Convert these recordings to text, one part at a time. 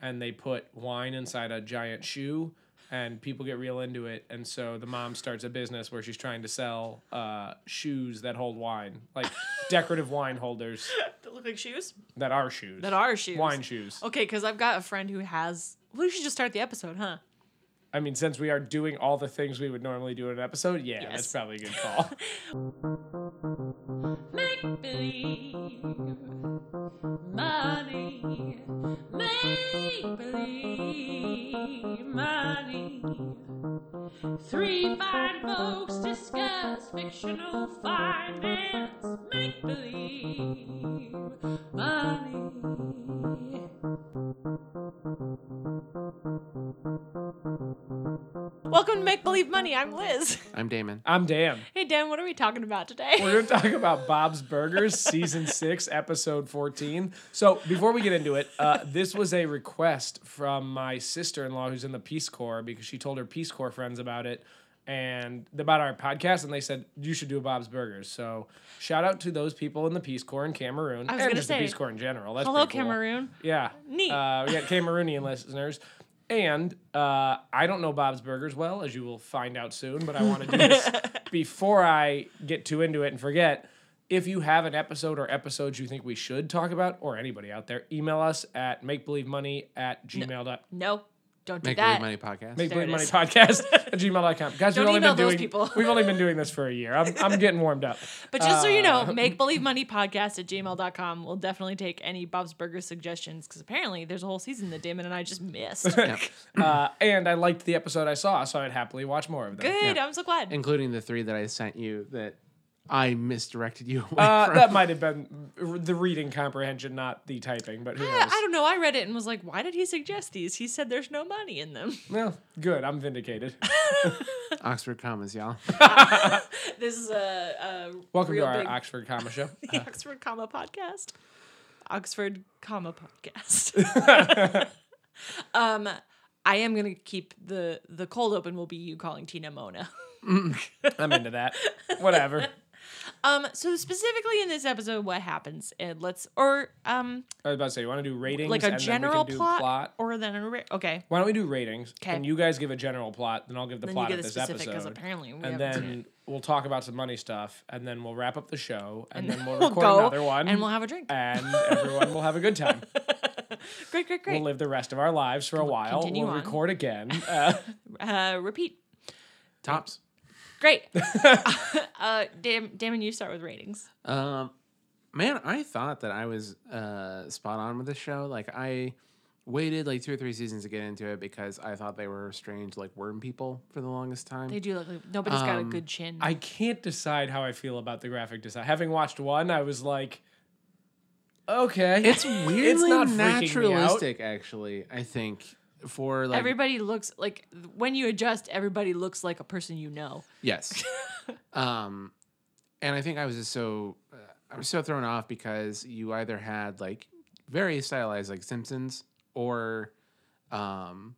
and they put wine inside a giant shoe and people get real into it and so the mom starts a business where she's trying to sell uh, shoes that hold wine like decorative wine holders That look like shoes. that are shoes That are shoes. wine shoes Okay, because I've got a friend who has. We should just start the episode, huh? i mean since we are doing all the things we would normally do in an episode yeah that's Yes. probably a good call Make believe money. Make believe money. Three fine folks discuss fictional finance. Make believe money. Welcome to Make Believe Money. I'm Liz. I'm Damon. i'm damn Hey Dan, what are we talking about today? We're going to talk about Bob's Burgers, season six, episode 14. So, before we get into it, uh, this was a request from my sister in law who's in the Peace Corps because she told her Peace Corps friends about it and about our podcast, and they said, You should do Bob's Burgers. So, shout out to those people in the Peace Corps in Cameroon was and gonna just say, the Peace Corps in general. That's Hello, pretty cool. Cameroon. Yeah. Neat. Uh, we got Cameroonian listeners. And uh, I don't know Bob's Burgers well, as you will find out soon, but I want to do this before I get too into it and forget. If you have an episode or episodes you think we should talk about, or anybody out there, email us at makebelievemoney at gmail. dot No, don't do Make that. Believe Money Podcast. Make There it Believe Money is. Podcast at gmail.com. Guys, Don't we've only email been those doing people. we've only been doing this for a year. I'm, I'm getting warmed up. But just so you Uh, know, make believe money podcast at gmail.com will definitely take any Bob's Burgers suggestions because apparently there's a whole season that Damon and I just missed. Good, Yeah. Uh, and I liked the episode I saw, so I'd happily watch more of them. I'm so glad. Including the three that I sent you that I misdirected you away Uh, from. that might have been r- the reading comprehension, not the typing, but who I, knows? I don't know. I read it and was like, why did he suggest these? He said there's no money in them. Well, good. I'm vindicated. Oxford commas, y'all. This is a, a Welcome real to our big- Oxford Comma Show. the Oxford comma podcast. Oxford comma podcast. um, I am gonna keep the the cold open. Will be you calling Tina Mona. I'm into that. Whatever. Um, so specifically in this episode, what happens? And let's or um I was about to say, you want to do ratings? like a and general then we can do plot, or then a ra- okay. Why don't we do ratings? 'Kay. And you guys give a general plot, then I'll give the Then you plot get of the this specific because episode. apparently we and haven't seen then it. we'll talk about some money stuff, and then we'll wrap up the show, and, then we'll We'll record go, another one, Uh, and we'll have a drink. and everyone will have a good time. Great, great, great. We'll live the rest of our lives for a while. continue We'll on. record again. Uh, uh, repeat. Tops. Great. uh, Dam- Damon, you start with ratings. Um, man, I thought that I was uh, spot on with this show. Like, I waited like two or three seasons to get into it because I thought they were strange, like worm people for the longest time. They do look like nobody's got a Um, good chin. I can't decide how I feel about the graphic design. Having watched one, I was like, okay, It's weirdly not freaking me out. naturalistic, actually. I think for like everybody looks like when you adjust, everybody looks like a person you know. Yes. um, and I think I was just so uh, I was so thrown off because you either had like very stylized like Simpsons or um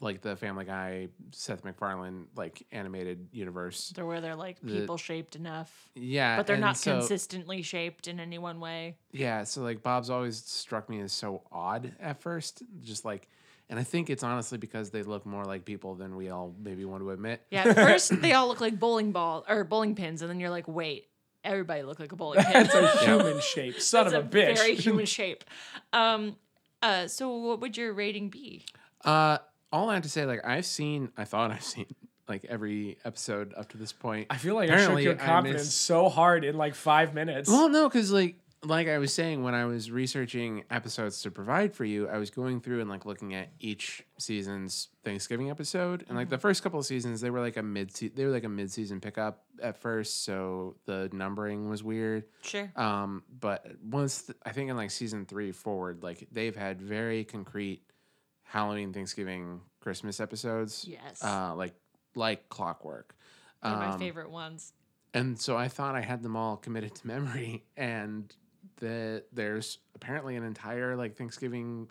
like the Family Guy Seth MacFarlane like animated universe. They're where they're like The- people shaped enough, Yeah, but they're and not so, consistently shaped in any one way. Yeah, so like Bob's always struck me as so odd at first, just like. And I think it's honestly because they look more like people than we all maybe want to admit. Yeah, at first they all look like bowling ball or bowling pins, and then you're like, wait, everybody look like a bowling pin. That's a human shape, son It's of a, bitch. very human shape. Um, uh, so what would your rating be? Uh, all I have to say, like I've seen, I thought I've seen like every episode up to this point. I feel like Apparently, I shook your confidence missed- so hard in like five minutes. Well, no, because like like I was saying, when I was researching episodes to provide for you, I was going through and like looking at each season's Thanksgiving episode, and like the first couple of seasons, they were like a mid they were like a mid season pickup at first, so the numbering was weird. Sure. Um, but once th- I think in like season three forward, like they've had very concrete Halloween, Thanksgiving, Christmas episodes. Yes. Uh, like like clockwork. One of my Um, favorite ones. And so I thought I had them all committed to memory, and the there's apparently an entire like Thanksgiving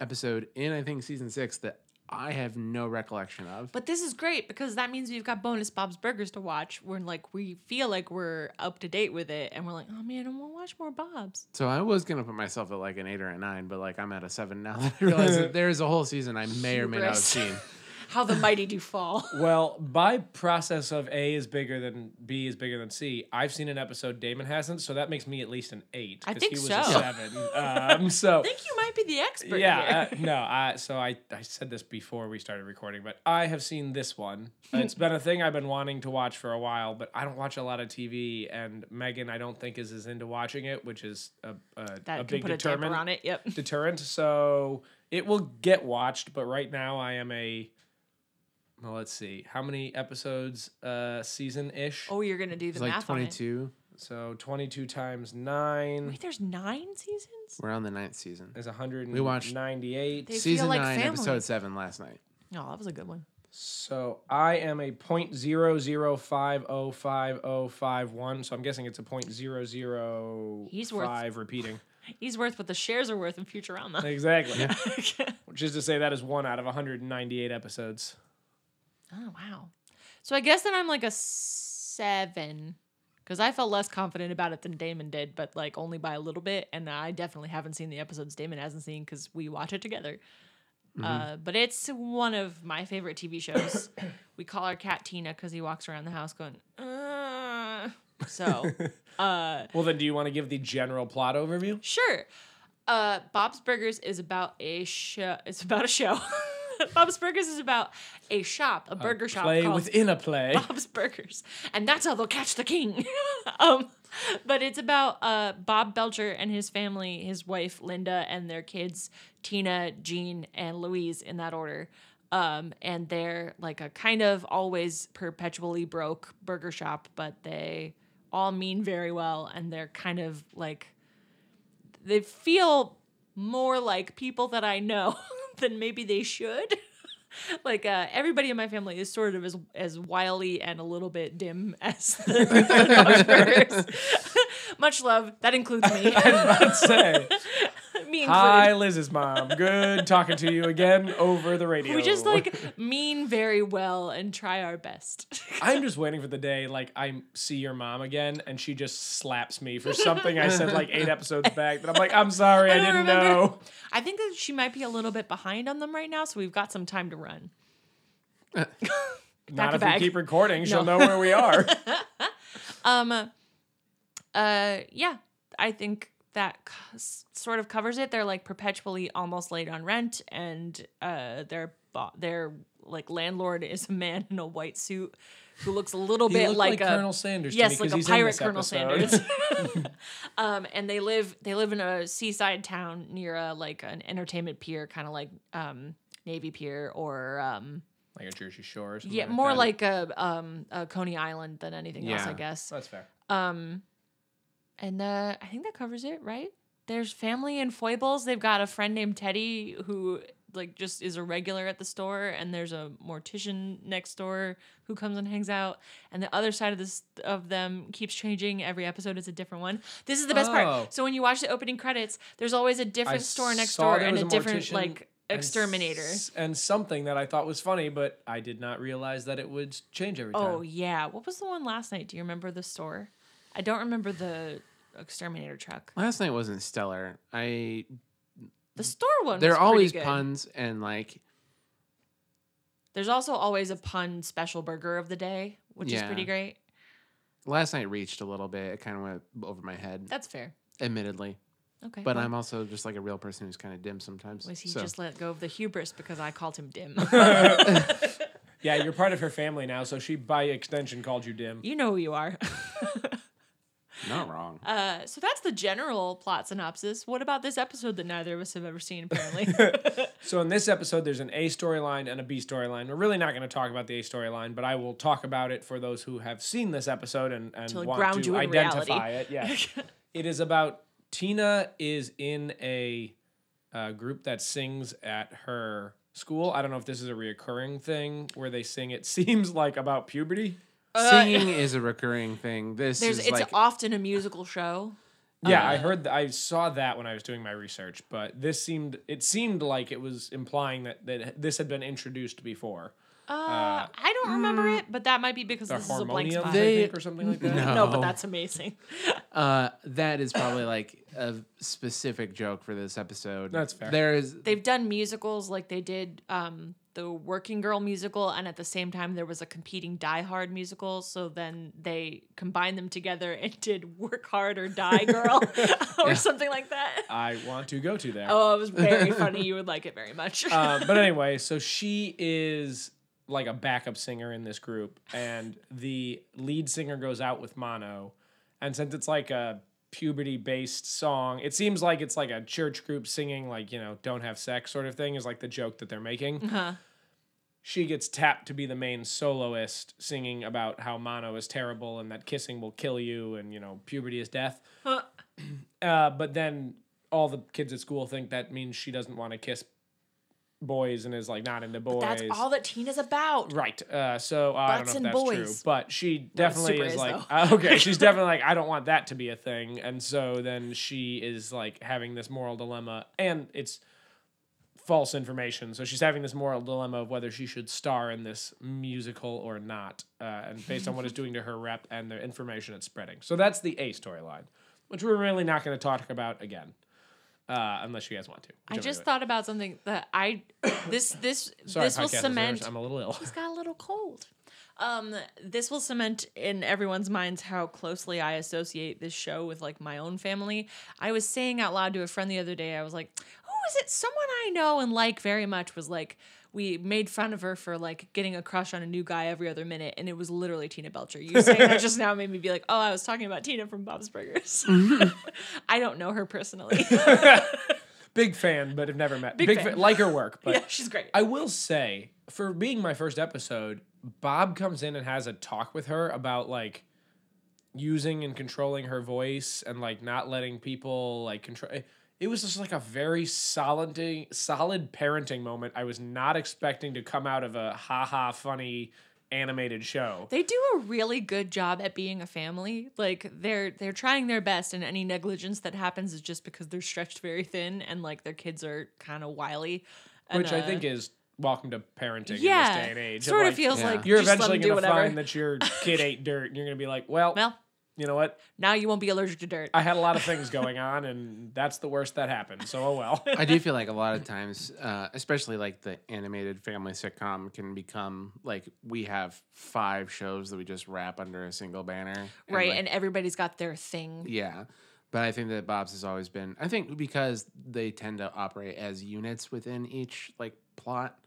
episode in I think season six that I have no recollection of. But this is great because that means we've got bonus Bob's Burgers to watch. We're like we feel like we're up to date with it, and we're like, oh man, I want to watch more Bob's. So I was gonna put myself at like an eight or a nine, but like I'm at a seven now. That I realize that there is a whole season I may or may not have Hubris. seen. How the mighty do fall. Well, by process of A is bigger than B is bigger than C, I've seen an episode Damon hasn't, so that makes me at least an eight. I 'cause think he was so. a seven. Um, so I think you might be the expert. yeah, here. uh, no. I, so I, I said this before we started recording, but I have seen this one. It's been a thing I've been wanting to watch for a while, but I don't watch a lot of TV, and Megan I don't think is as into watching it, which is a a, that a can big put a damper determinant on it. Yep. deterrent. So it will get watched, but right now I am a well, let's see. How many episodes uh season ish? Oh, you're gonna do the It's like math on 22. So 22 times it. 9 Wait, there's nine seasons. We're on the ninth season. is We watched- 198. They season feel like nine, family. episode seven last night. No, Oh, that was a good one. So I am a point zero zero five oh five oh five one. So I'm guessing it's a point zero zero He's worth- five repeating. He's worth what the shares are worth in Futurama. Exactly. Which is to say that is one out of 198 episodes. oh wow. So I guess then I'm like a seven. Because I felt less confident about it than Damon did, but like only by a little bit. And I definitely haven't seen the episodes Damon hasn't seen because we watch it together. Uh, but it's one of my favorite TV shows. we call our cat Tina because he walks around the house going, uh. So Well, then, do you want to give the general plot overview? Sure. Uh, Bob's Burgers is about a show. It's about a show. Bob's Burgers is about a shop, a burger shop Play called within a play. Bob's Burgers, and that's how they'll catch the king. um, but it's about uh, Bob Belcher and his family, his wife Linda, and their kids Tina, Jean, and Louise in that order. Um, and they're like a kind of always perpetually broke burger shop, but they all mean very well, and they're kind of like they feel more like people that I know than maybe they should. like uh, everybody in my family is sort of as as wily and a little bit dim as the, the Knoxburgers. Much love. That includes me. I'd say. me included. Hi, Liz's mom. Good talking to you again over the radio. We just like mean very well and try our best. I'm just waiting for the day like I see your mom again and she just slaps me for something I said like eight episodes back. That I'm like, I'm sorry, I, don't didn't remember. know. I think that she might be a little bit behind on them right now, so we've got some time to run. Pack Not a if bag. we keep recording, she'll No. know where we are. uh yeah i think that c- s- sort of covers it they're like perpetually almost late on rent and uh their bo- their like landlord is a man in a white suit who looks a little He bit looked like, a Colonel Sanders. to me, yes like 'cause a he's in pirate this colonel episode. sanders um and they live they live in a seaside town near a like an entertainment pier kind of like um navy pier or um like a Jersey Shore. Or something yeah more that. like a um a coney island than anything else i Yeah. guess that's fair. um, and uh, I think that covers it, right? There's family and foibles. They've got a friend named Teddy who like just is a regular at the store, and there's a mortician next door who comes and hangs out. And the other side of this of them keeps changing every episode. It's a different one. This is the best Oh. part. So when you watch the opening credits, there's always a different store next door and a, different mortician like and exterminator. s- and something that I thought was funny, but I did not realize that it would change every time. Oh yeah, what was the one last night? Do you remember the store? I don't remember the exterminator truck. Last night wasn't stellar. I The store one. there was are pretty always good. puns and like There's also always a pun special burger of the day, which is Yeah. pretty great. last night reached a little bit. It kind of went over my head, That's fair. admittedly. Okay. But well, I'm also just like a real person who's kind of dim sometimes. was he so. just let go of the hubris because I called him dim? Yeah, you're part of her family now, so she by extension called you dim. you know who you are. not wrong? Uh, so that's the general plot synopsis. What about this episode that neither of us have ever seen? Apparently, So in this episode, there's an A storyline and a B storyline. We're really not going to talk about the A storyline, but I will talk about it for those who have seen this episode and, and To, like, want ground to you in identify reality. it. Yeah, it is about Tina is in a, uh group that sings at her school. I don't know if this is a reoccurring thing where they sing. It seems like about puberty. Singing is a recurring thing. This there's is it's like often a musical show. Yeah, Uh, I heard th- I saw that when I was doing my research, but this seemed it seemed like it was implying that, that this had been introduced before. Uh, I don't remember hmm. it, but that might be because The this is a harmoniums, blank spot. I They- think, or something like that. No. no, but that's amazing. Uh, that is probably like a specific joke for this episode. That's fair. There is They've done musicals like they did um, the Working Girl musical, and at the same time there was a competing Die Hard musical. So then they combined them together and did Work Hard or Die Girl or something like that. I want to go to there. Oh, it was very funny. You would like it very much. Uh, but anyway, so she is like a backup singer in this group, and the lead singer goes out with mono. And since it's like a puberty based song, it seems like it's like a church group singing, like, you know, don't have sex sort of thing, is like the joke that they're making. Uh-huh. She gets tapped to be the main soloist, singing about how mono is terrible and that kissing will kill you and, you know, puberty is death. Huh. Uh, but then all the kids at school think that means she doesn't want to kiss boys and is like not into boys. That's all that Tina's about. Right. Uh, so uh, I don't know Butts if and that's true, boys. but she definitely super is is, like, though. uh, okay, she's definitely like, I don't want that to be a thing, and so then she is like having this moral dilemma, and it's false information. So she's having this moral dilemma of whether she should star in this musical or not, uh, and based on what it's doing to her rep and the information it's spreading. So that's the A storyline, which we're really not going to talk about again, uh, unless you guys want to. I Jump just into it. thought about something that I this this Sorry, this will podcast listeners, cement. I'm a little ill. He's got a little cold. Um, this will cement in everyone's minds how closely I associate this show with like my own family. I was saying out loud to a friend the other day, I was like, "Who is it? Someone I know and like very much was like." We made fun of her for like getting a crush on a new guy every other minute, and it was literally Tina Belcher. You saying that just now made me be like, "Oh, I was talking about Tina from Bob's Burgers." I don't know her personally. Big fan, but have never met. Big, Big fan. fan. like her work, but yeah, she's great. I will say, for being my first episode, Bob comes in and has a talk with her about like using and controlling her voice and like not letting people like control. eh, It was just like a very solid, day- solid parenting moment. I was not expecting to come out of a ha ha funny animated show. They do a really good job at being a family. Like they're they're trying their best, and any negligence that happens is just because they're stretched very thin and like their kids are kind of wily. and, Which I uh, think is welcome to parenting in yeah, this day and age. sort of like, feels Yeah. like You're just let eventually them do going to whatever. find that your kid ate dirt, and you're going to be like, well, well, you know what? now you won't be allergic to dirt. I had a lot of things going on, and that's the worst that happened. So, oh well. I do feel like a lot of times, uh, especially like the animated family sitcom, can become like we have five shows that we just wrap under a single banner. right, like, and everybody's got their thing. yeah. But I think that Bob's has always been, I think because they tend to operate as units within each like plot,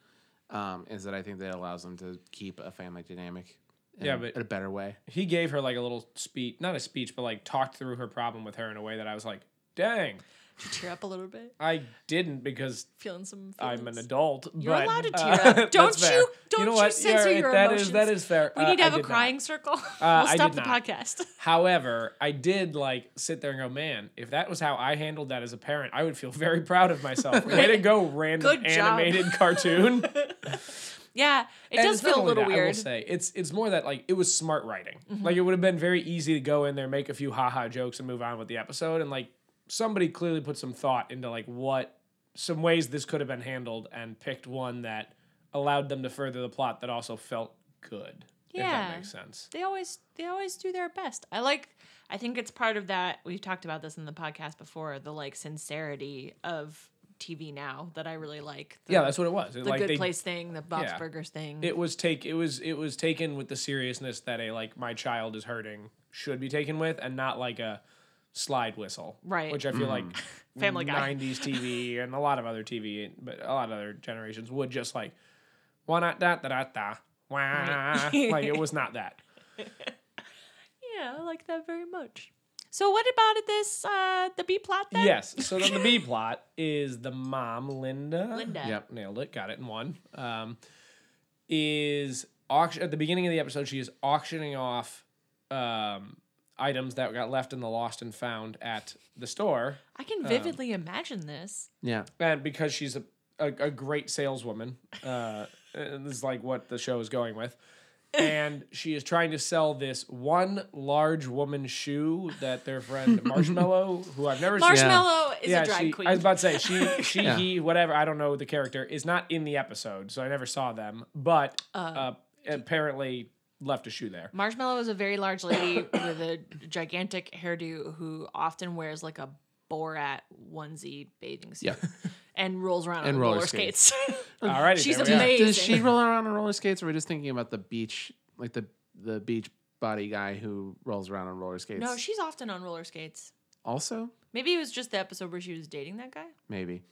um, is that I think that allows them to keep a family dynamic in Yeah, a- but- in a better way. He gave her like a little speech, not a speech, but like talked through her problem with her in a way that I was like, dang, Should Tear up a little bit, I didn't because feeling some. Feelings. I'm an adult. You're but, allowed to uh, tear up. that's Don't fair. you- don't you censor right, your that is- that emotions. is fair. We Uh, need to I have a did not. Uh, crying circle. I we'll stop did the not. podcast. However, I did like sit there and go, man, if that was how I handled that as a parent, I would feel very proud of myself. Way to go, random Good job. animated cartoon. Yeah, it And does it's not feel a only little that, I will weird. Mm-hmm. say it's it's more that like it was smart writing. Like it would have been very easy to go in there, make a few haha jokes, and move on with the episode. And like somebody clearly put some thought into like what some ways this could have been handled, and picked one that allowed them to further the plot that also felt good. if that Yeah. makes sense. they always they always do their best. I like I think it's part of that we've talked about this in the podcast before, the like sincerity of TV now that I really like. The, Yeah, that's what it was. It, the like good they, place thing, the Bob's yeah. Burgers thing. It was take. It was it was taken with the seriousness that a like my child is hurting should be taken with, and not like a slide whistle, Right. Which I feel like Family Guy. 90s TV and a lot of other TV, but a lot of other generations would just like, why not da da da da? Wah. Right. like it was not that. Yeah, I like that very much. So what about it this uh the B plot then? Yes. So then the B plot is the mom, Linda. Linda. Yep. Nailed it. Got it in one. Um, is auction at the beginning of the episode, she is auctioning off um, items that got left in the lost and found at the store. I can vividly imagine this. Yeah. and because she's a, a, a great saleswoman uh, is like what the show is going with and she is trying to sell this one large woman shoe that their friend Marshmallow, who I've never seen. Marshmallow is a drag she, queen. I was about to say she, she, Yeah. he, whatever. I don't know the character is not in the episode, so I never saw them. But uh, apparently left a shoe there. Marshmallow is a very large lady with a gigantic hairdo who often wears like a Borat onesie bathing suit Yeah. and rolls around And on roller roller skates. Alrighty, she's there we are. amazing. Does she roll around on roller skates, or are we just thinking about the beach, like the the beach body guy who rolls around on roller skates? No, she's often on roller skates. also Maybe it was just the episode where she was dating that guy. maybe.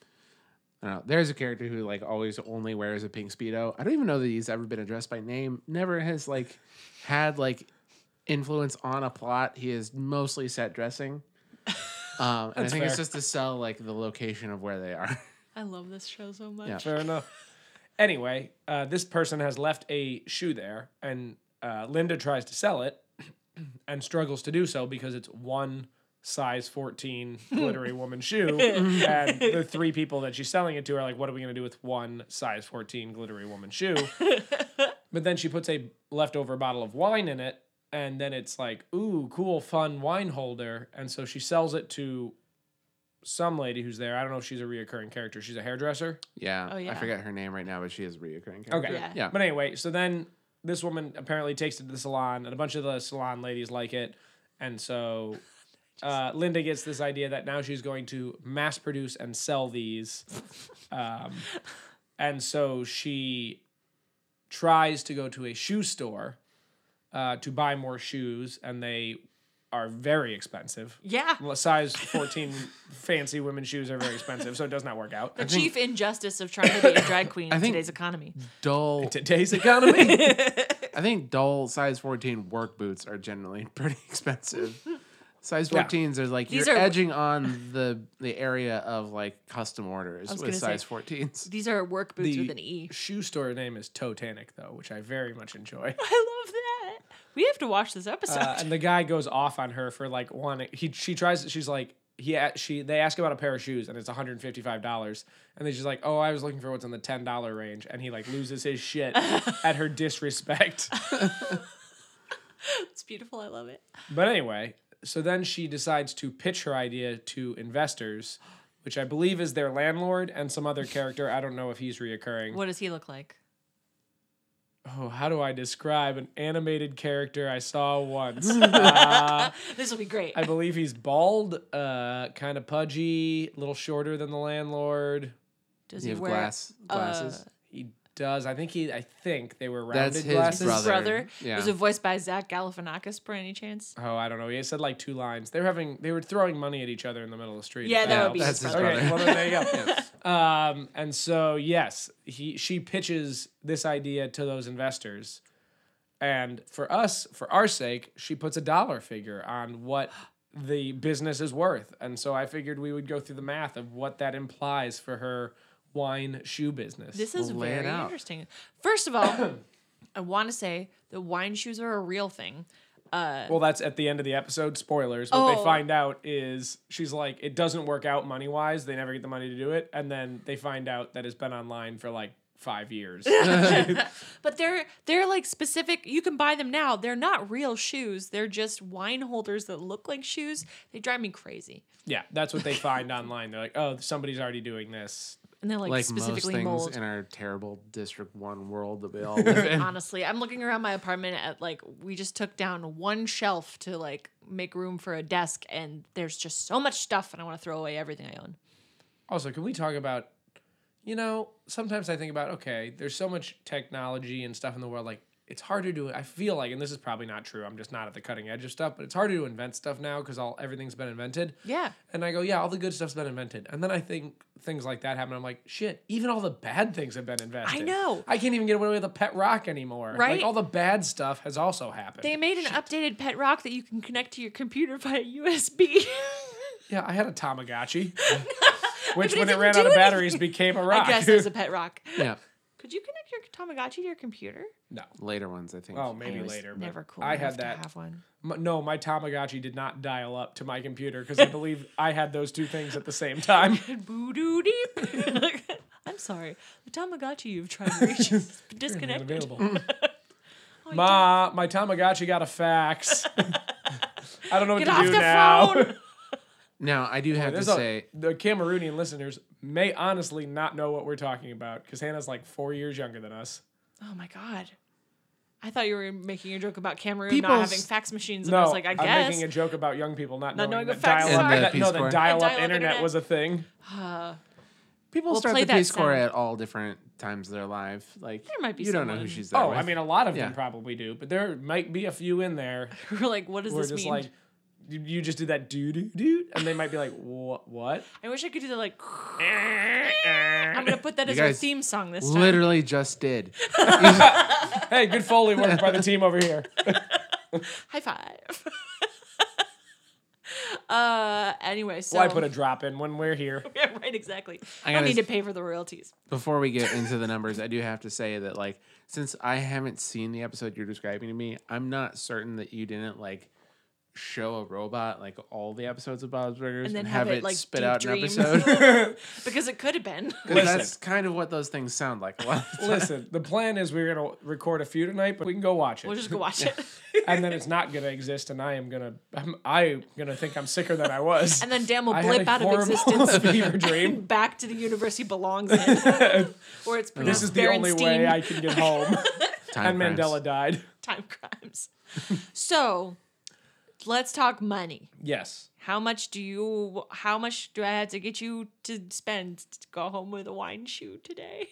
I don't know. There's a character who like always only wears a pink speedo. I don't even know that he's ever been addressed by name. Never has like had like influence on a plot. He is mostly set dressing. Um, and I That's think it's fair. just to sell like the location of where they are. I love this show so much. Yeah. Fair enough. Anyway, uh, this person has left a shoe there, and uh, Linda tries to sell it and struggles to do so because it's one size 14 glittery woman shoe. and the three people that she's selling it to are like, what are we going to do with one size 14 glittery woman shoe? but then she puts a leftover bottle of wine in it. And then it's like, ooh, cool, fun wine holder. And so she sells it to some lady who's there. I don't know if she's a reoccurring character. She's a hairdresser. Yeah. Oh, yeah. I forget her name right now, but she is a reoccurring. Character. Okay. Yeah. Yeah. But anyway, so then this woman apparently takes it to the salon, and a bunch of the salon ladies like it. And so uh, Linda gets this idea that now she's going to mass produce and sell these. Um, and so she tries to go to a shoe store uh, to buy more shoes, and they are very expensive. Yeah. Well, Size 14 fancy women's shoes are very expensive, so it does not work out. The chief injustice of trying to be a drag queen in think- today's economy. Dull. Today's economy. I think dull size 14 work boots are generally pretty expensive. Size Yeah. 14s are like These you're are- edging on the the area of like custom orders was with gonna size say- 14s. These are work boots The with an E. shoe store name is Totanic, though, which I very much enjoy. I love that. We have to watch this episode. Uh, and the guy goes off on her for like wanting. He she tries. She's like he a- she they ask about a pair of shoes and it's one hundred and fifty five dollars and then she's like oh I was looking for what's in the ten dollar range and he like loses his shit at her disrespect. it's beautiful. I love it. But anyway, so then she decides to pitch her idea to investors, which I believe is their landlord and some other character. I don't know if he's reoccurring. What does he look like? Oh, how do I describe an animated character I saw once? Uh, This will be great. I believe he's bald, uh, kind of pudgy, a little shorter than the landlord. does You he have wear glass glasses. uh, He does. I think he. I think they were rounded That's his glasses. his brother. brother? Yeah. Was it voiced by Zach Galifianakis, per any chance? Oh, I don't know. He said like two lines. They were having. They were throwing money at each other in the middle of the street. Yeah, if that helps. would be That's his Okay, brother. well then there you go. Um, and so yes, he she pitches this idea to those investors, and for us, for our sake, she puts a dollar figure on what the business is worth. And so I figured we would go through the math of what that implies for her wine shoe business. This is Lay it very out. interesting. First of all, I want to say that wine shoes are a real thing. well, that's at the end of the episode. Spoilers. What they Oh. find out is she's like, it doesn't work out money wise. They never get the money to do it, and then they find out that it's been online for like five years. But they're they're like specific. You can buy them now. They're not real shoes. They're just wine holders that look like shoes. They drive me crazy. Yeah, that's what they find online. They're like, oh, somebody's already doing this. And they're like, Like most specifically things mold. in our terrible District 1 world that we all live in. Honestly, I'm looking around my apartment at like we just took down one shelf to like make room for a desk, and there's just so much stuff, and I want to throw away everything I own. Also, can we talk about, you know, sometimes I think about, okay, there's so much technology and stuff in the world. Like, it's harder to, I feel like, and this is probably not true. I'm just not at the cutting edge of stuff, but it's harder to invent stuff now because all everything's been invented. Yeah. And I go, yeah, all the good stuff's been invented. And then I think things like that happen. I'm like, shit, even all the bad things have been invented. know. I can't even get away with a pet rock anymore. Like, Right? all the bad stuff has also happened. They made an updated pet rock that you can connect to your computer via USB. yeah, I had a Tamagotchi. Which, but it when it, didn't ran out do of batteries, anything. became a rock. I guess it was a pet rock. yeah. Could you connect your Tamagotchi to your computer? No. Later ones, I think. Oh, I maybe was later. But Never cool. I enough had to that. Have one. M- no, my Tamagotchi did not dial up to my computer because I believe I had those two things at the same time. Boo doo deep. I'm sorry. The Tamagotchi you've tried to reach is disconnected. Unavailable. Oh my God. Ma, my Tamagotchi got a fax. I don't know what Get to off do the now. phone. Now I do have to There's a- say, the Cameroonian listeners may honestly not know what we're talking about because Hannah's like four years younger than us. Oh my God. I thought you were making a joke about Cameroon not People's- having fax machines. And No, I was like, I am guess. making a joke about young people not, Not knowing knowing that what faxes dial up, are. And the that, no, Peace that Corps. dial up dial-up internet, internet. was a thing. Uh, people Well, start play the that Peace Corps sound. at all different times of their life. Like There might be you don't know who someone- she's there. Oh, with. I mean, a lot of them Yeah. probably do, but there might be a few in there we're like, what does who are this just mean? like, you, you just did that doo doo doo, and they might be like, what? what? I wish I could do the like. I'm gonna put that You as our guys theme song this time. literally just did. Hey, good foley work by the team over here. High five. uh. Anyway, so Why put a drop in when we're here? yeah, right, exactly. I, gotta need to s- pay for the royalties. Before we get into the numbers, I do have to say that like since I haven't seen the episode you're describing to me, I'm not certain that you didn't like show a robot like all the episodes of Bob's Burgers And and, then have, it like spit out an deep dream. episode. Because it could have been. 'Cause Listen. that's kind of what those things sound like. A lot of the time. Listen, the plan is we're gonna record a few tonight, but we can go watch it. We'll just go watch it. and then it's not gonna exist, and I am gonna I'm I gonna think I'm sicker than I was. And then Dan will I blip out of existence. fever dream. Back to the universe he belongs in, where it's pronounced This is the only way I can get home. Time and frames. Mandela died. time crimes. so, let's talk money. Yes. How much do you? How much do I have to get you to spend to go home with a wine shoe today?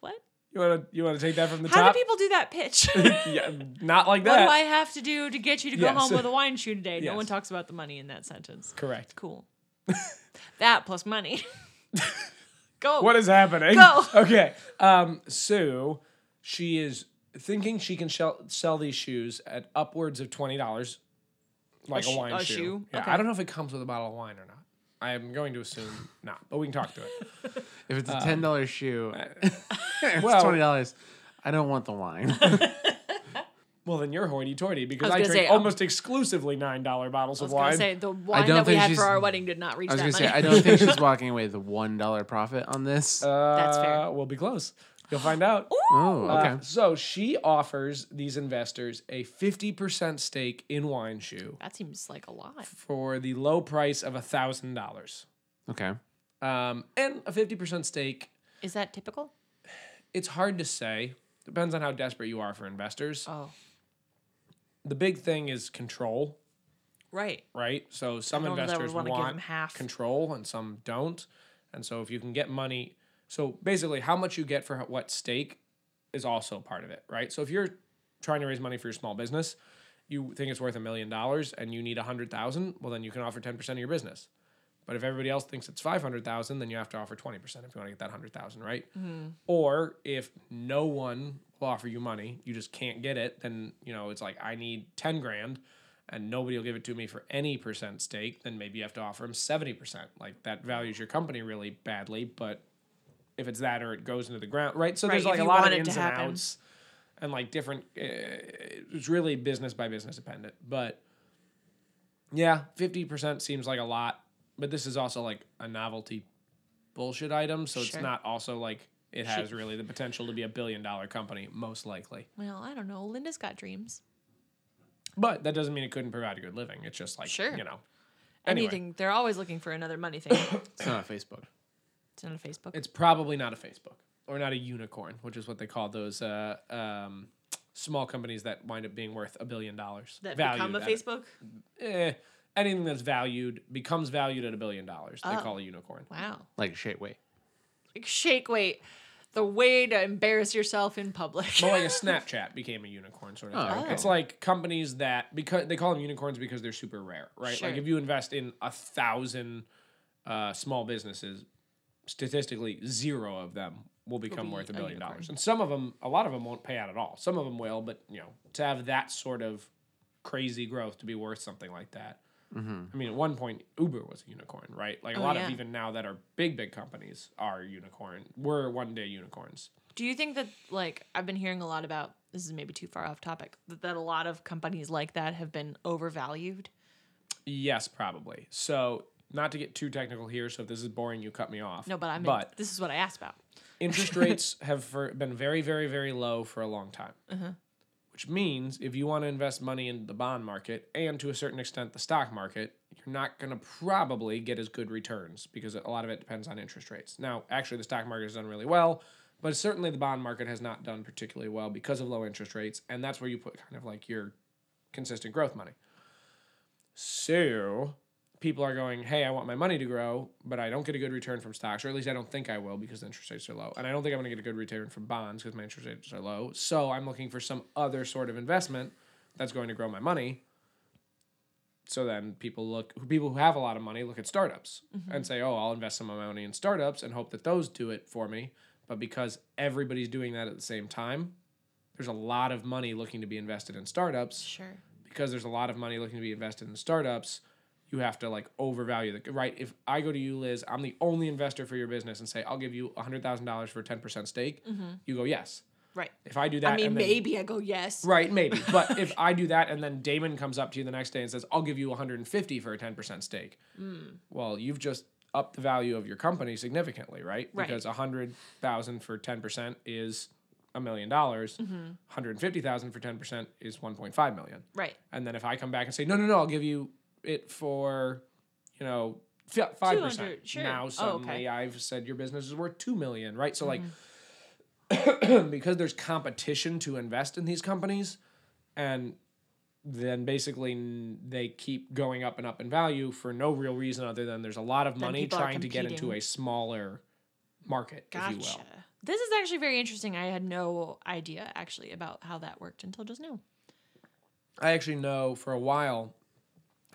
What? You wanna you wanna take that from the How top? do people do that pitch? yeah, not like What that. do I have to do to get you to go Yes. home with a wine shoe today? No Yes. one talks about the money in that sentence. Correct. Cool. that plus money. go. What is happening? Go. Okay. Um, Sue, she is thinking she can shell, sell these shoes at upwards of twenty dollars, like a, sh- wine a shoe. shoe? Yeah, Okay. I don't know if it comes with a bottle of wine or not. I am going to assume not, but we can talk to it. If it's a ten dollar shoe, it's well- twenty dollars. I don't want the wine. Well, then you're hoity-toity because was I, gonna drink say, um, almost exclusively nine dollar bottles I was of gonna wine. say the wine don't that we think had she's- for our wedding did not reach I was that gonna money. say I don't think she's walking away with a one dollar profit on this. That's fair. Uh, We'll be close. You'll find out. oh, Uh, okay. so she offers these investors a 50% stake in Wine Shoe that seems like a lot. for the low price of $1,000. okay. Um, and a 50% stake, Is that typical? it's hard to say. Depends on how desperate you are for investors. Oh, The big thing is control, right. right? So some I don't know that I investors would wanna want give them half. control and some don't. And so if you can get money, so basically how much you get for what stake is also part of it, right? So if you're trying to raise money for your small business, you think it's worth a million dollars and you need a hundred thousand, well then you can offer ten percent of your business. But if everybody else thinks it's five hundred thousand, then you have to offer twenty percent if you want to get that hundred thousand, right? Mm-hmm. Or if no one will offer you money, you just can't get it, then you know it's like I need ten grand, and nobody will give it to me for any percent stake. Then maybe you have to offer them seventy percent. Like that values your company really badly, but if it's that or it goes into the ground, right? So Right, there's if like a you lot of want it to ins and happen. outs, and like different. Uh, it's really business by business dependent, but yeah, fifty percent seems like a lot, but this is also like a novelty bullshit item, so Sure. it's not also like it has She- really the potential to be a billion dollar company, most likely. Well, I don't know. Linda's got dreams. But that doesn't mean it couldn't provide a good living. It's just like Sure. you know, Anyway. Anything. They're always looking for another money thing. It's not on Facebook. it's on Facebook. it's probably not a Facebook or not a unicorn, which is what they call those uh, um, small companies that wind up being worth a billion dollars. that Valued become a at- Facebook. eh, anything that's valued becomes valued at a billion dollars. They Oh. call a unicorn. Wow. Like shit, wait. Shake weight. The way to embarrass yourself in public. But like a Snapchat became a unicorn sort of Oh, thing. okay. It's like companies that because they call them unicorns because they're super rare, right? Sure. Like if you invest in a thousand uh, small businesses, statistically zero of them will become be worth a a billion unicorn. dollars, and some of them, a lot of them won't pay out at all. Some of them will, but you know, to have that sort of crazy growth to be worth something like that. I mean, at one point, Uber was a unicorn, right? Like a Mm-hmm. Oh, lot yeah. of even now that are big, big companies are unicorn. Were one day unicorns. Do you think that like I've been hearing a lot about this is maybe too far off topic, but that a lot of companies like that have been overvalued? Yes, probably. So, not to get too technical here, so if this is boring, you cut me off. No, but I mean But this is what I asked about. Uh-huh. interest rates have for, been very, very, very low for a long time, which means if you want to invest money in the bond market and to a certain extent the stock market, you're not going to probably get as good returns because a lot of it depends on interest rates. Now, actually, the stock market has done really well, but certainly the bond market has not done particularly well because of low interest rates, and that's where you put kind of like your consistent growth money. So people are going, hey, I want my money to grow, but I don't get a good return from stocks, or at least I don't think I will because the interest rates are low. And I don't think I'm going to get a good return from bonds because my interest rates are low. So I'm looking for some other sort of investment that's going to grow my money. So then people look, who- people who have a lot of money look at startups and say, oh, I'll invest some of my money in startups and hope that those do it for me. But because everybody's doing that at the same time, there's a lot of money looking to be invested in startups Sure. because there's a lot of money looking to be invested in startups, you have to like overvalue the right. If I go to you, Liz, I'm the only investor for your business, and say I'll give you hundred thousand dollars for a ten percent stake, you go yes. Right. If I do that, Mm-hmm. I mean, and then- maybe I go yes. Right, maybe. But if I do that and then Damon comes up to you the next day and says, I'll give you 150 for a 10% stake. Mm. Well, you've just upped the value of your company significantly, right? Right. Because 100,000 for 10% is a million dollars. Mm-hmm. 150,000 for 10% is 1.5 million. Right. And then if I come back and say, no, no, no, I'll give you it for, you know, five percent. 200, sure. Now Oh, suddenly okay. I've said your business is worth two million, right? So Mm-hmm. like, because there's competition to invest in these companies, and then basically n- they keep going up and up in value for no real reason other than there's a lot of money people are trying to get into competing. a smaller market, if you Gotcha. will. This is actually very interesting. I had no idea actually about how that worked until just now. I actually know for a while,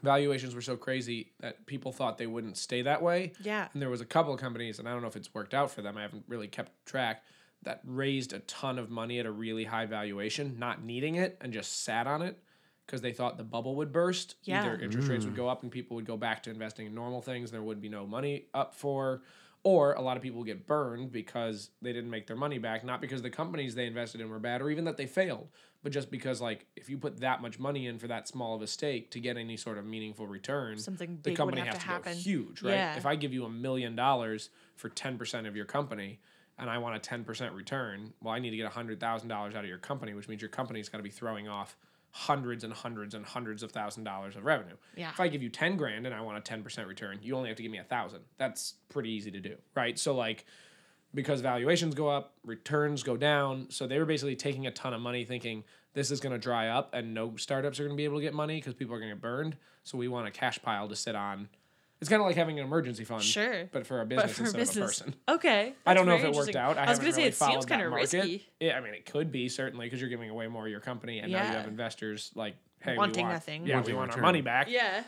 valuations were so crazy that people thought they wouldn't stay that way. Yeah. And there was a couple of companies, and I don't know if it's worked out for them. I haven't really kept track that raised a ton of money at a really high valuation, not needing it, and just sat on it because they thought the bubble would burst. Yeah. Either interest rates would go up and people would go back to investing in normal things. There would be no money up for. Or a lot of people get burned because they didn't make their money back, not because the companies they invested in were bad or even that they failed, but just because like if you put that much money in for that small of a stake to get any sort of meaningful return, Something the big would company have has to to, happen. go huge, right? Yeah. If I give you a million dollars for 10% of your company and I want a 10% return, well, I need to get $100,000 out of your company, which means your company's got to be throwing off hundreds and hundreds and hundreds of thousand dollars of revenue. Yeah. If I give you 10 grand and I want a 10% return, you only have to give me a thousand. That's pretty easy to do, right? So like because valuations go up, returns go down. So they were basically taking a ton of money thinking this is going to dry up and no startups are going to be able to get money because people are going to get burned. So we want a cash pile to sit on. It's kind of like having an emergency fund. Sure. But for a But business for instead of business, a person. okay. I don't that's know if very it worked interesting. out. I, was haven't gonna say really it followed seems kind that of market. risky. Yeah, I mean, it could be certainly because you're giving away more of your company, and now you Yeah. have investors like, hey, Wanting we want, nothing. Yeah, Wanting we want our return. money back. Yeah.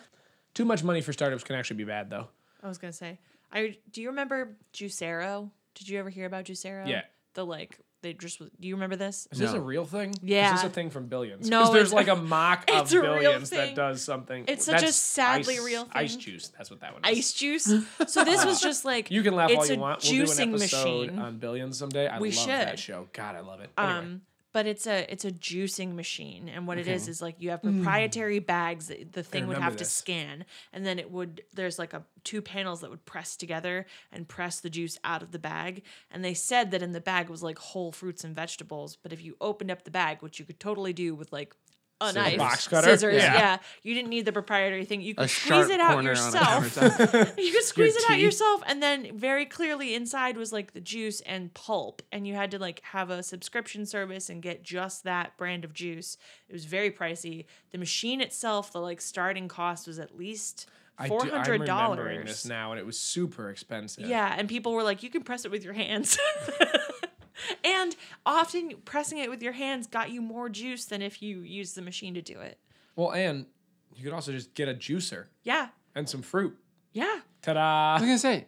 Too much money for startups can actually be bad, though. I was gonna say. I do you remember Juicero? Did you ever hear about Juicero? Yeah. The like they just was- do you remember this? Is this a No. real thing? Is this Yeah. a thing from Billions? No, 'Cause there's like it's- a mock of it's a real Billions thing. that does something. It's such a That's sadly ice- real Ice thing. juice. That's what that one is. Ice juice. so this was just like You can laugh it's all you a want. We'll do Juicing an episode machine. on Billions someday. I We love that should. show. God, I love it. Anyway. Um, but it's a it's a juicing machine, and what it is is like you have proprietary bags that the thing would remember have to this. scan, and then it would there's like a two panels that would press together and press the juice out of the bag, and they said that in the bag was like whole fruits and vegetables, but if you opened up the bag, which you could totally do with like a knife, Box cutter? scissors, Yeah. yeah. you didn't need the proprietary thing, you could A squeeze sharp it out corner on a yourself. countertop. You could squeeze it out teeth. yourself, and then very clearly inside was like the juice and pulp, and you had to like have a subscription service and get just that brand of juice. It was very pricey. The machine itself, the like starting cost was at least I do- four hundred I'm remembering this dollars. now, and it was super expensive. Yeah, and people were like, "You can press it with your hands," and often pressing it with your hands got you more juice than if you used the machine to do it. Well, and you could also just get a juicer Yeah, and some fruit. yeah, Ta-da! I was gonna say,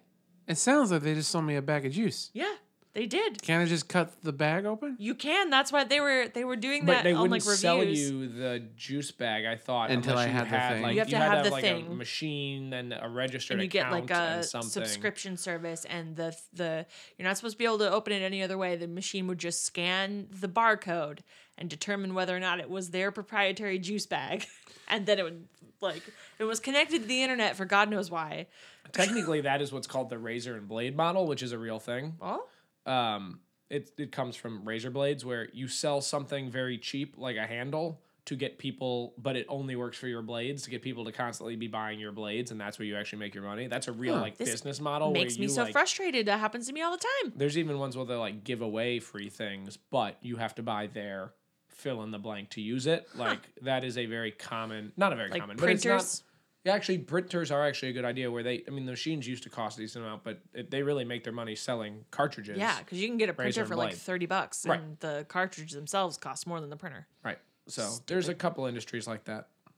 it sounds like they just sold me a bag of juice. yeah. They did. Can I just cut the bag open? You can. That's why they were they were doing But that they on wouldn't like reviews. sell you the juice bag. I thought Until unless I you had the had thing. like You have to had have have the like a thing. machine and a registered and you get like account and a something. subscription service and the the you're not supposed to be able to open it any other way the machine would just scan the barcode and determine whether or not it was their proprietary juice bag and then it would like it was connected to the internet for god knows why Technically, that is what's called the razor and blade model, which is a real thing. well Um, it, it comes from razor blades where you sell something very cheap like a handle to get people but it only works for your blades to get people to constantly be buying your blades and that's where you actually make your money that's a real Huh. like This business model Makes where me you, so like, frustrated. That happens to me all the time. there's even ones where they like give away free things but you have to buy their fill in the blank to use it like that is a very common not a very Like common printers. but it's not yeah, actually, printers are actually a good idea. Where they, I mean, the machines used to cost a decent amount, but it, they really make their money selling cartridges. Yeah, because you can get a razor printer and for like blade. thirty bucks, Right. and the cartridges themselves cost more than the printer. right. So there's a couple industries like that. Hmm.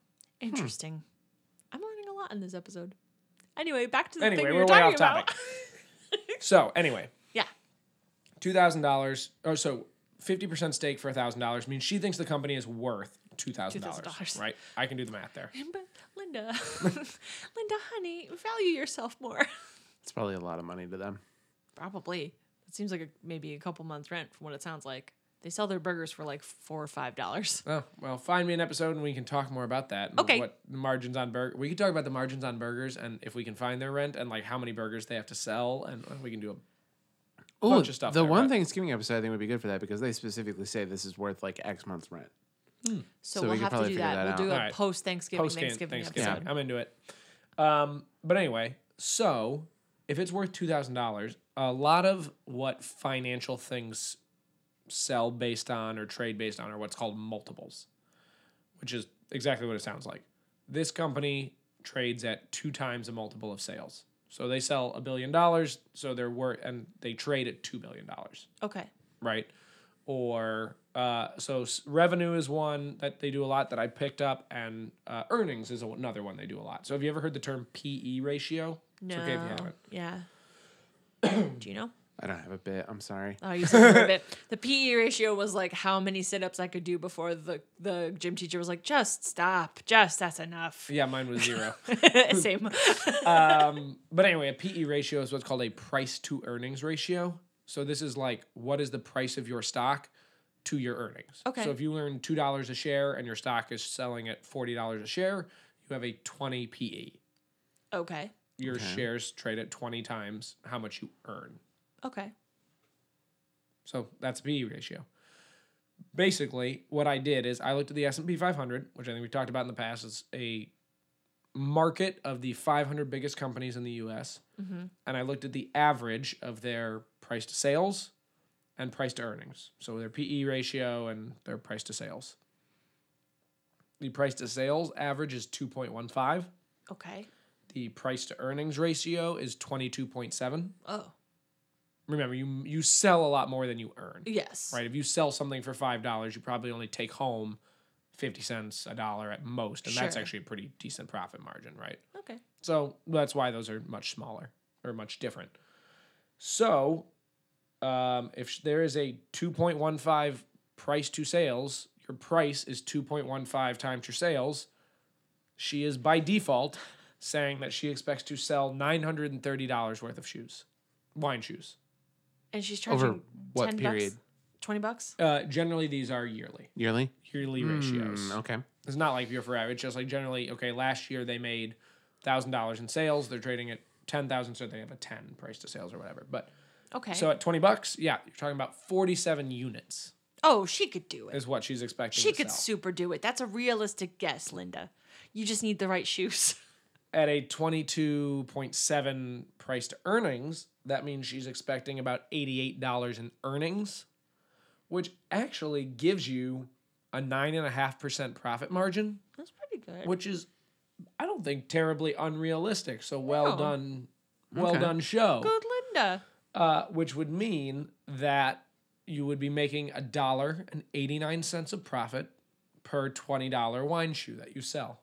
Interesting. I'm learning a lot in this episode. Anyway, back to the Anyway, thing we we're were way talking off about. topic. so anyway, yeah, two thousand dollars, or so fifty percent stake for thousand dollars means she thinks the company is worth two thousand dollars. $2,000. Right? I can do the math there. but Linda, Linda, honey, value yourself more. It's probably a lot of money to them. Probably. It seems like a, maybe a couple months rent from what it sounds like. They sell their burgers for like four or five dollars. Oh well, find me an episode and we can talk more about that. and Okay. What margins on burger? We can talk about the margins on burgers and if we can find their rent and like how many burgers they have to sell and uh, we can do a Oh, bunch of the stuff there, one but- Thanksgiving episode I think would be good for that because they specifically say this is worth like X month's rent. So, So we we'll could have to probably do figure that. that We'll do out. a Alright. post Thanksgiving post Thanksgiving, Thanksgiving. episode. I'm into it. Um, but anyway, so if it's worth two thousand dollars, a lot of what financial things sell based on or trade based on are what's called multiples, which is exactly what it sounds like. This company trades at two times a multiple of sales. So they sell a billion dollars, so they're worth and they trade at two billion dollars Okay. right? Or uh, so s- revenue is one that they do a lot that I picked up, and uh, earnings is another one they do a lot. So have you ever heard the term PE ratio? No. It's okay if you haven't. yeah. do you know? I don't have a bit. I'm sorry. Oh, you said a little bit. The PE ratio was like how many sit ups I could do before the, the gym teacher was like, just stop. Just that's enough. Yeah, mine was zero. Same. um, but anyway, a PE ratio is what's called a price to earnings ratio. So this is like what is the price of your stock to your earnings. Okay. So if you earn two dollars a share and your stock is selling at forty dollars a share, you have a twenty PE. okay. Your shares trade at twenty times how much you earn. Okay. So that's a PE ratio. Basically, what I did is I looked at the S&P 500, which I think we talked about in the past. It's a market of the 500 biggest companies in the U.S. And I looked at the average of their price to sales and price to earnings. So their PE ratio and their price to sales. The price to sales average is 2.15. Okay. The price to earnings ratio is 22.7. Oh, Remember, you you sell a lot more than you earn yes. right? If you sell something for five dollars, you probably only take home fifty cents, a dollar at most, and that's Sure. actually a pretty decent profit margin, right? Okay. So that's why those are much smaller or much different. So, um, if sh- there is a two point one five price to sales, your price is two point one five times your sales. She is by default saying that she expects to sell nine hundred and thirty dollars worth of shoes, wine shoes. And she's charging Over what 10 period? Bucks, 20 bucks? Uh, generally, these are yearly. Yearly? Yearly ratios. Mm, okay. It's not like year for average. Just like generally, okay, last year they made thousand dollars in sales. They're trading at ten thousand, so they have a ten price to sales or whatever. But Okay. so at twenty bucks, yeah, you're talking about forty-seven units oh, she could do it. is what she's expecting. She to could sell. super do it. That's a realistic guess, Linda. You just need the right shoes. at a twenty-two point seven price to earnings. That means she's expecting about eighty-eight dollars in earnings, which actually gives you a nine and a half percent profit margin. That's pretty good. which is I don't think terribly unrealistic. So well No. done, well Okay. done show. Good Linda. Uh, which would mean that you would be making a dollar and eighty nine cents of profit per twenty dollar wine shoe that you sell.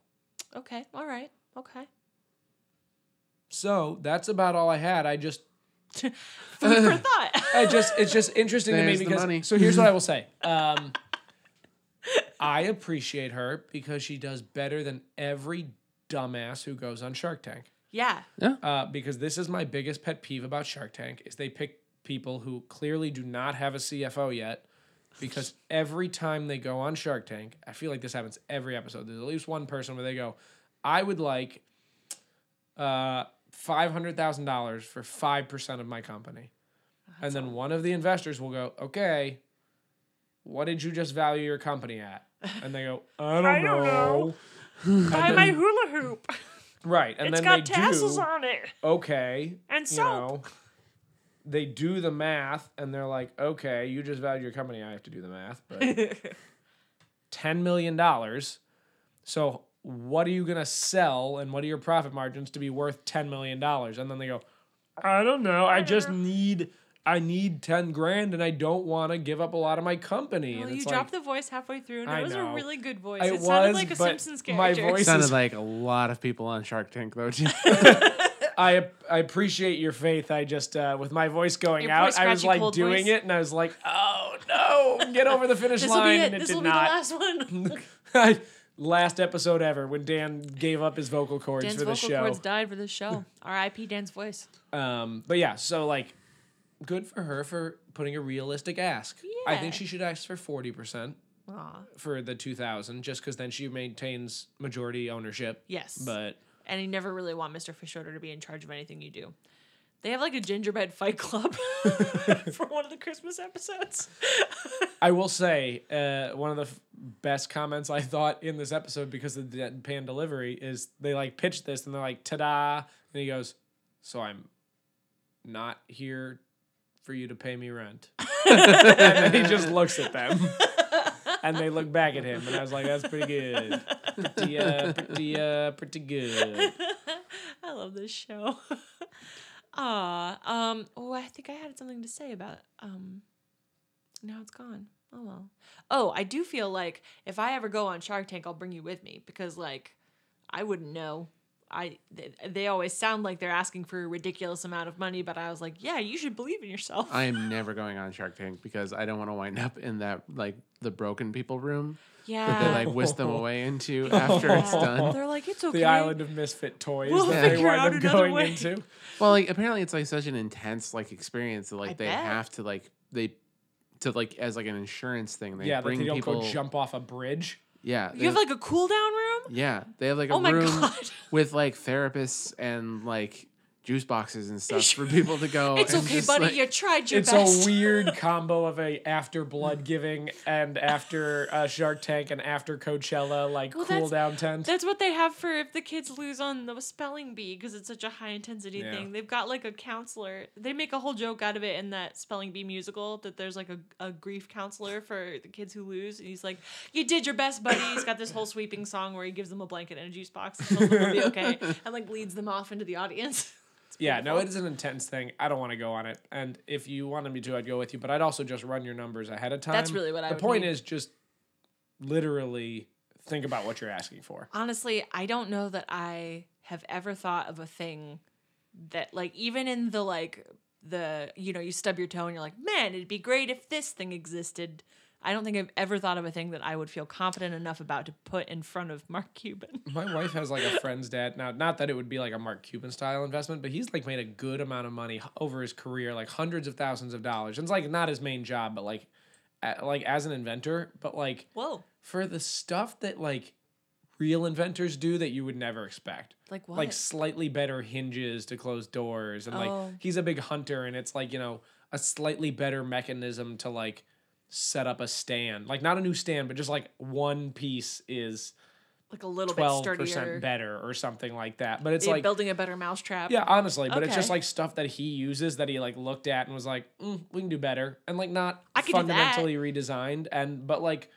Okay. All right. Okay. So that's about all I had. I just Food for thought. I just it's just interesting to me There's the because money. so here's what I will say. Um, I appreciate her because she does better than every dumbass who goes on Shark Tank. yeah. uh, because this is my biggest pet peeve about Shark Tank is they pick people who clearly do not have a CFO yet because every time they go on Shark Tank, I feel like this happens every episode. There's at least one person where they go, I would like uh, $500,000 for 5% of my company. and then one of the investors will go, "Okay, what did you just value your company at?" And they go, "I don't, don't know. Buy my hula hoop. Right, and It's then got they tassels do. on it. Okay, And you soap. know, they do the math, and they're like, "Okay, you just valued your company. I have to do the math, but ten million dollars. So what are you gonna sell, and what are your profit margins to be worth ten million dollars? And then they go, I don't know. I just need I need ten grand, and I don't want to give up a lot of my company. Well, and you it's dropped like, the voice halfway through, and I it was know. a really good voice. I it sounded was, like a but Simpsons my character. voice- Sounded is- like a lot of people on Shark Tank though. Too. I ap- I appreciate your faith. I just uh, with my voice going Your out, voice I was scratchy, like cold doing voice. it, and I was like, oh no, get over the finish This will be line, it. and it This did will be the not. last one. Last episode ever when Dan gave up his vocal cords Dan's for the vocal show. cords died for this show. R.I.P. Dan's voice. Um, but yeah, so like, good for her for putting a realistic ask. I think Yeah. she should ask for forty percent Aw. for the two thousand, just because then she maintains majority ownership. Yes. But and you never really want Mr. Fishoder to be in charge of anything you do. They have like a gingerbread fight club for one of the Christmas episodes. I will say uh, one of the f- best comments I thought in this episode because of the dead pan delivery is they like pitch this and they're like ta-da, and he goes, "So I'm not here for you to pay me rent." and then he just looks at them, and they look back at him, and I was like, "That's pretty good, pretty uh, pretty uh, pretty good." I love this show. Ah, um, oh, I think I had something to say about um now it's gone. Oh well. Oh, I do feel like if I ever go on Shark Tank, I'll bring you with me because like I wouldn't know. I they, they always sound like they're asking for a ridiculous amount of money, but I was like, yeah, you should believe in yourself. I am never going on Shark Tank because I don't want to wind up in that like the broken people room that yeah. they like whisk them away into after it's done. They're like, it's The okay. island of misfit toys We'll that they figure wind out up another going way. into. Well, like apparently it's like such an intense like experience that like I they bet. have to like they to like as like an insurance thing. They Yeah, like bring they don't people. go jump off a bridge. Yeah, they You have like a cool down room? yeah they have like a Oh my room God. with like therapists and like juice boxes and stuff for people to go. It's and okay, just, buddy. like- you tried your it's a best. weird combo of a after blood giving and after uh, Shark Tank and after Coachella like Well, cool that's- down tent. That's what they have for if the kids lose on the spelling bee because it's such a high intensity Yeah. thing. They've got like a counselor. They make a whole joke out of it in that spelling bee musical that there's like a, a grief counselor for the kids who lose. And he's like, You did your best, buddy. He's got this whole sweeping song where he gives them a blanket and a juice box and tells them it'll be okay and like leads them off into the audience. yeah, no, it is an intense thing. I don't want to go on it. And if you wanted me to, I'd go with you. But I'd also just run your numbers ahead of time. That's really what I The would point need. is just literally think about what you're asking for. honestly, I don't know that I have ever thought of a thing that like even in the like the you know you stub your toe and you're like man it'd be great if this thing existed i don't think i've ever thought of a thing that i would feel confident enough about to put in front of mark cuban My wife has like a friend's dad now. Not that it would be like a Mark Cuban style investment, but he's like made a good amount of money h- over his career, like hundreds of thousands of dollars. And it's like not his main job, but like, a- like as an inventor, but like whoa for the stuff that like real inventors do that you would never expect. like what Like slightly better hinges to close doors and Oh. like he's a big hunter and it's like, you know, a slightly better mechanism to like set up a stand. Like not a new stand, but just like one piece is like a little bit 12% sturdier better or something like that. But it's Yeah, like building a better mousetrap yeah, honestly, but it's Okay. just like stuff that he uses that he like looked at and was like, mm, we can do better, and like not I could do that. fundamentally redesigned, and but like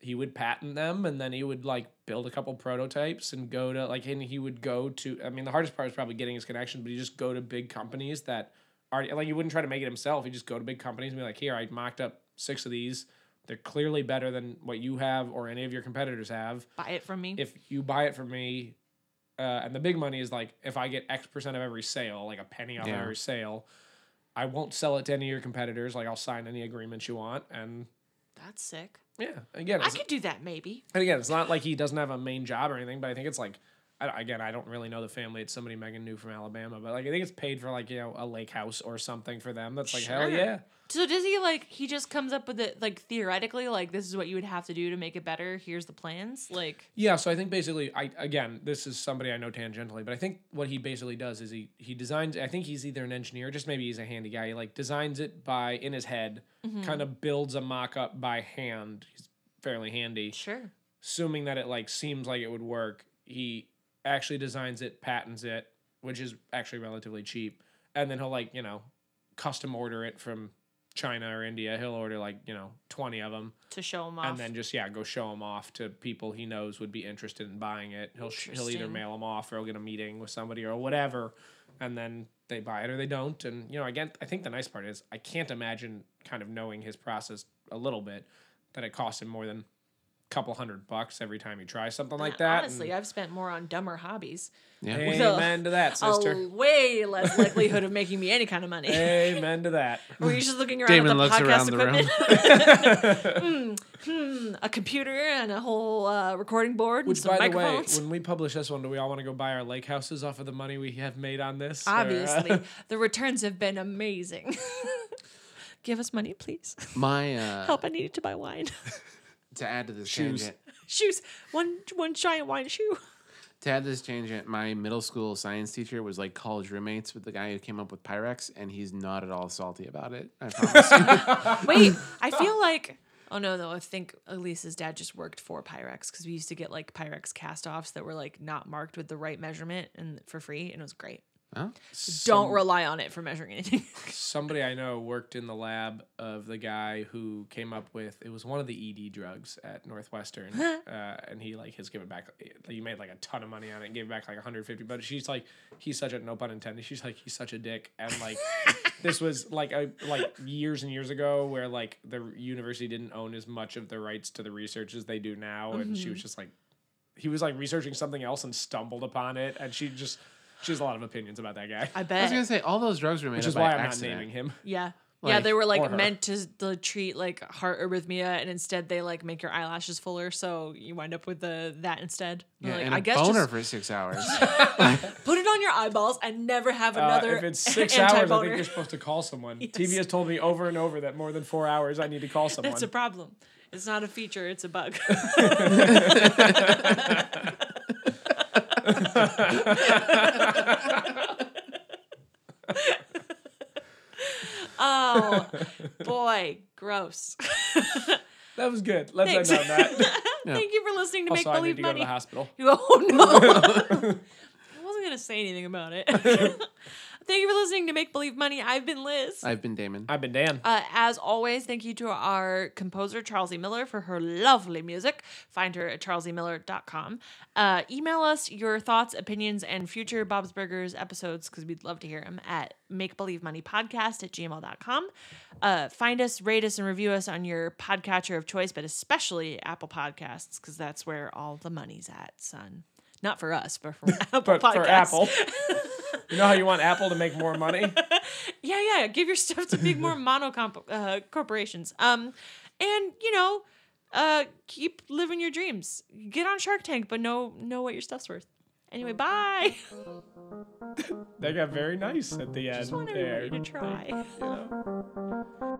he would patent them, and then he would like build a couple prototypes and go to like, and he would go to. I mean, the hardest part is probably getting his connection, but he just go to big companies that are like he wouldn't try to make it himself. He would just go to big companies and be like, here, I mocked up six of these. They're clearly better than what you have or any of your competitors have buy it from me if you buy it from me, uh, and the big money is like if I get X percent of every sale, like a penny off Yeah. every sale, I won't sell it to any of your competitors. Like I'll sign any agreements you want, and that's sick yeah, again, i it's, could do that maybe and again, it's not like he doesn't have a main job or anything, but I think it's like I don't- again, I don't really know the family. It's somebody Megan knew from Alabama, but like I think it's paid for like you know a lake house or something for them. That's like hell Sure. yeah. So does he like he just comes up with it like theoretically like this is what you would have to do to make it better. Here's the plans. Like Yeah, so I think basically, I again, this is somebody I know tangentially, but I think what he basically does is he he designs. I think he's either an engineer, or just maybe he's a handy guy. He like designs it by in his head, Hmm. mm-hmm. kind of builds a mock up by hand. He's fairly handy, sure. assuming that it like seems like it would work. He actually designs it, patents it, which is actually relatively cheap, and then he'll like you know custom order it from China or India. He'll order like you know twenty of them To show him off. and then just yeah go show them off to people he knows would be interested in buying it he'll sh- he'll either Interesting. mail them off or he'll get a meeting with somebody or whatever and then they buy it or they don't and you know again i think the nice part is i can't imagine kind of knowing his process a little bit that it costs him more than a couple hundred bucks every time he tries something like that Honestly, and I've spent more on dumber hobbies. Yeah. With a- amen to that A sister way less likelihood of making me any kind of money. amen to that Were you just looking around Damon at the looks podcast around the equipment? room. Hmm, a computer and a whole uh, recording board Which, and some by the way, microphones. when we publish this one, do we all want to go buy our lake houses off of the money we have made on this? Or, uh, Obviously, the returns have been amazing. Give us money, please. My uh, Help! I needed to buy wine. to add to this Shoes. tangent, Shoes. One one giant wine shoe. to add to this tangent, my middle school science teacher was like college roommates with the guy who came up with Pyrex, and he's not at all salty about it. I promise. Wait, I feel like. Oh no, though. I think Elise's dad just worked for Pyrex because we used to get like Pyrex cast offs that were like not marked with the right measurement and for free, and it was great. Huh? Don't rely on it for measuring anything. somebody I know worked in the lab of the guy who came up with it was one of the ED drugs at Northwestern, uh, and he like has given back. He made like a ton of money on it, and gave back like 150. But she's like, he's such a no pun intended. She's like, he's such a dick, and like. This was like a, like years and years ago, where like the university didn't own as much of the rights to the research as they do now, and she was just like, he was like researching something else and stumbled upon it, and she just she has a lot of opinions about that guy, I I was bet. gonna say all those drugs were made which up is by why I'm accident. not naming him. yeah. yeah, Like, they were or like her. meant to the treat like heart arrhythmia, and instead they like make your eyelashes fuller, so you wind up with the that instead. They're Yeah, like, and a I guess boner just for six hours. put it on your eyeballs and never have Uh, another if it's six hours, I think anti-boner. you're supposed to call someone. TV has told me over and over that more than four hours, I need to call someone. That's a problem. It's not a feature; it's a bug. oh boy, gross. that was good. Let's Thanks. end on that. Thank you for listening to also, Make I need Believe to go to Money. the hospital. Oh no! I wasn't gonna say anything about it. Thank you for listening to Make Believe Money. I've been Liz. I've been Damon. I've been Dan. Uh, as always, thank you to our composer, Charles E. Miller, for her lovely music. Find her at e charlesemiller.com. Uh, email us your thoughts, opinions, and future Bob's Burgers episodes because we'd love to hear them at makebelievemoneypodcast at gmail.com. Uh, find us, rate us, and review us on your podcatcher of choice, but especially Apple Podcasts because that's where all the money's at, son. Not for us, but for Apple But Podcasts. for Apple, you know how you want Apple to make more money? Yeah, yeah. Give your stuff to big more mono comp- uh, corporations. Um, and you know, uh, keep living your dreams. Get on Shark Tank, but know know what your stuff's worth. Anyway, bye. They got very nice at the end Just want there. everybody to try. Yeah.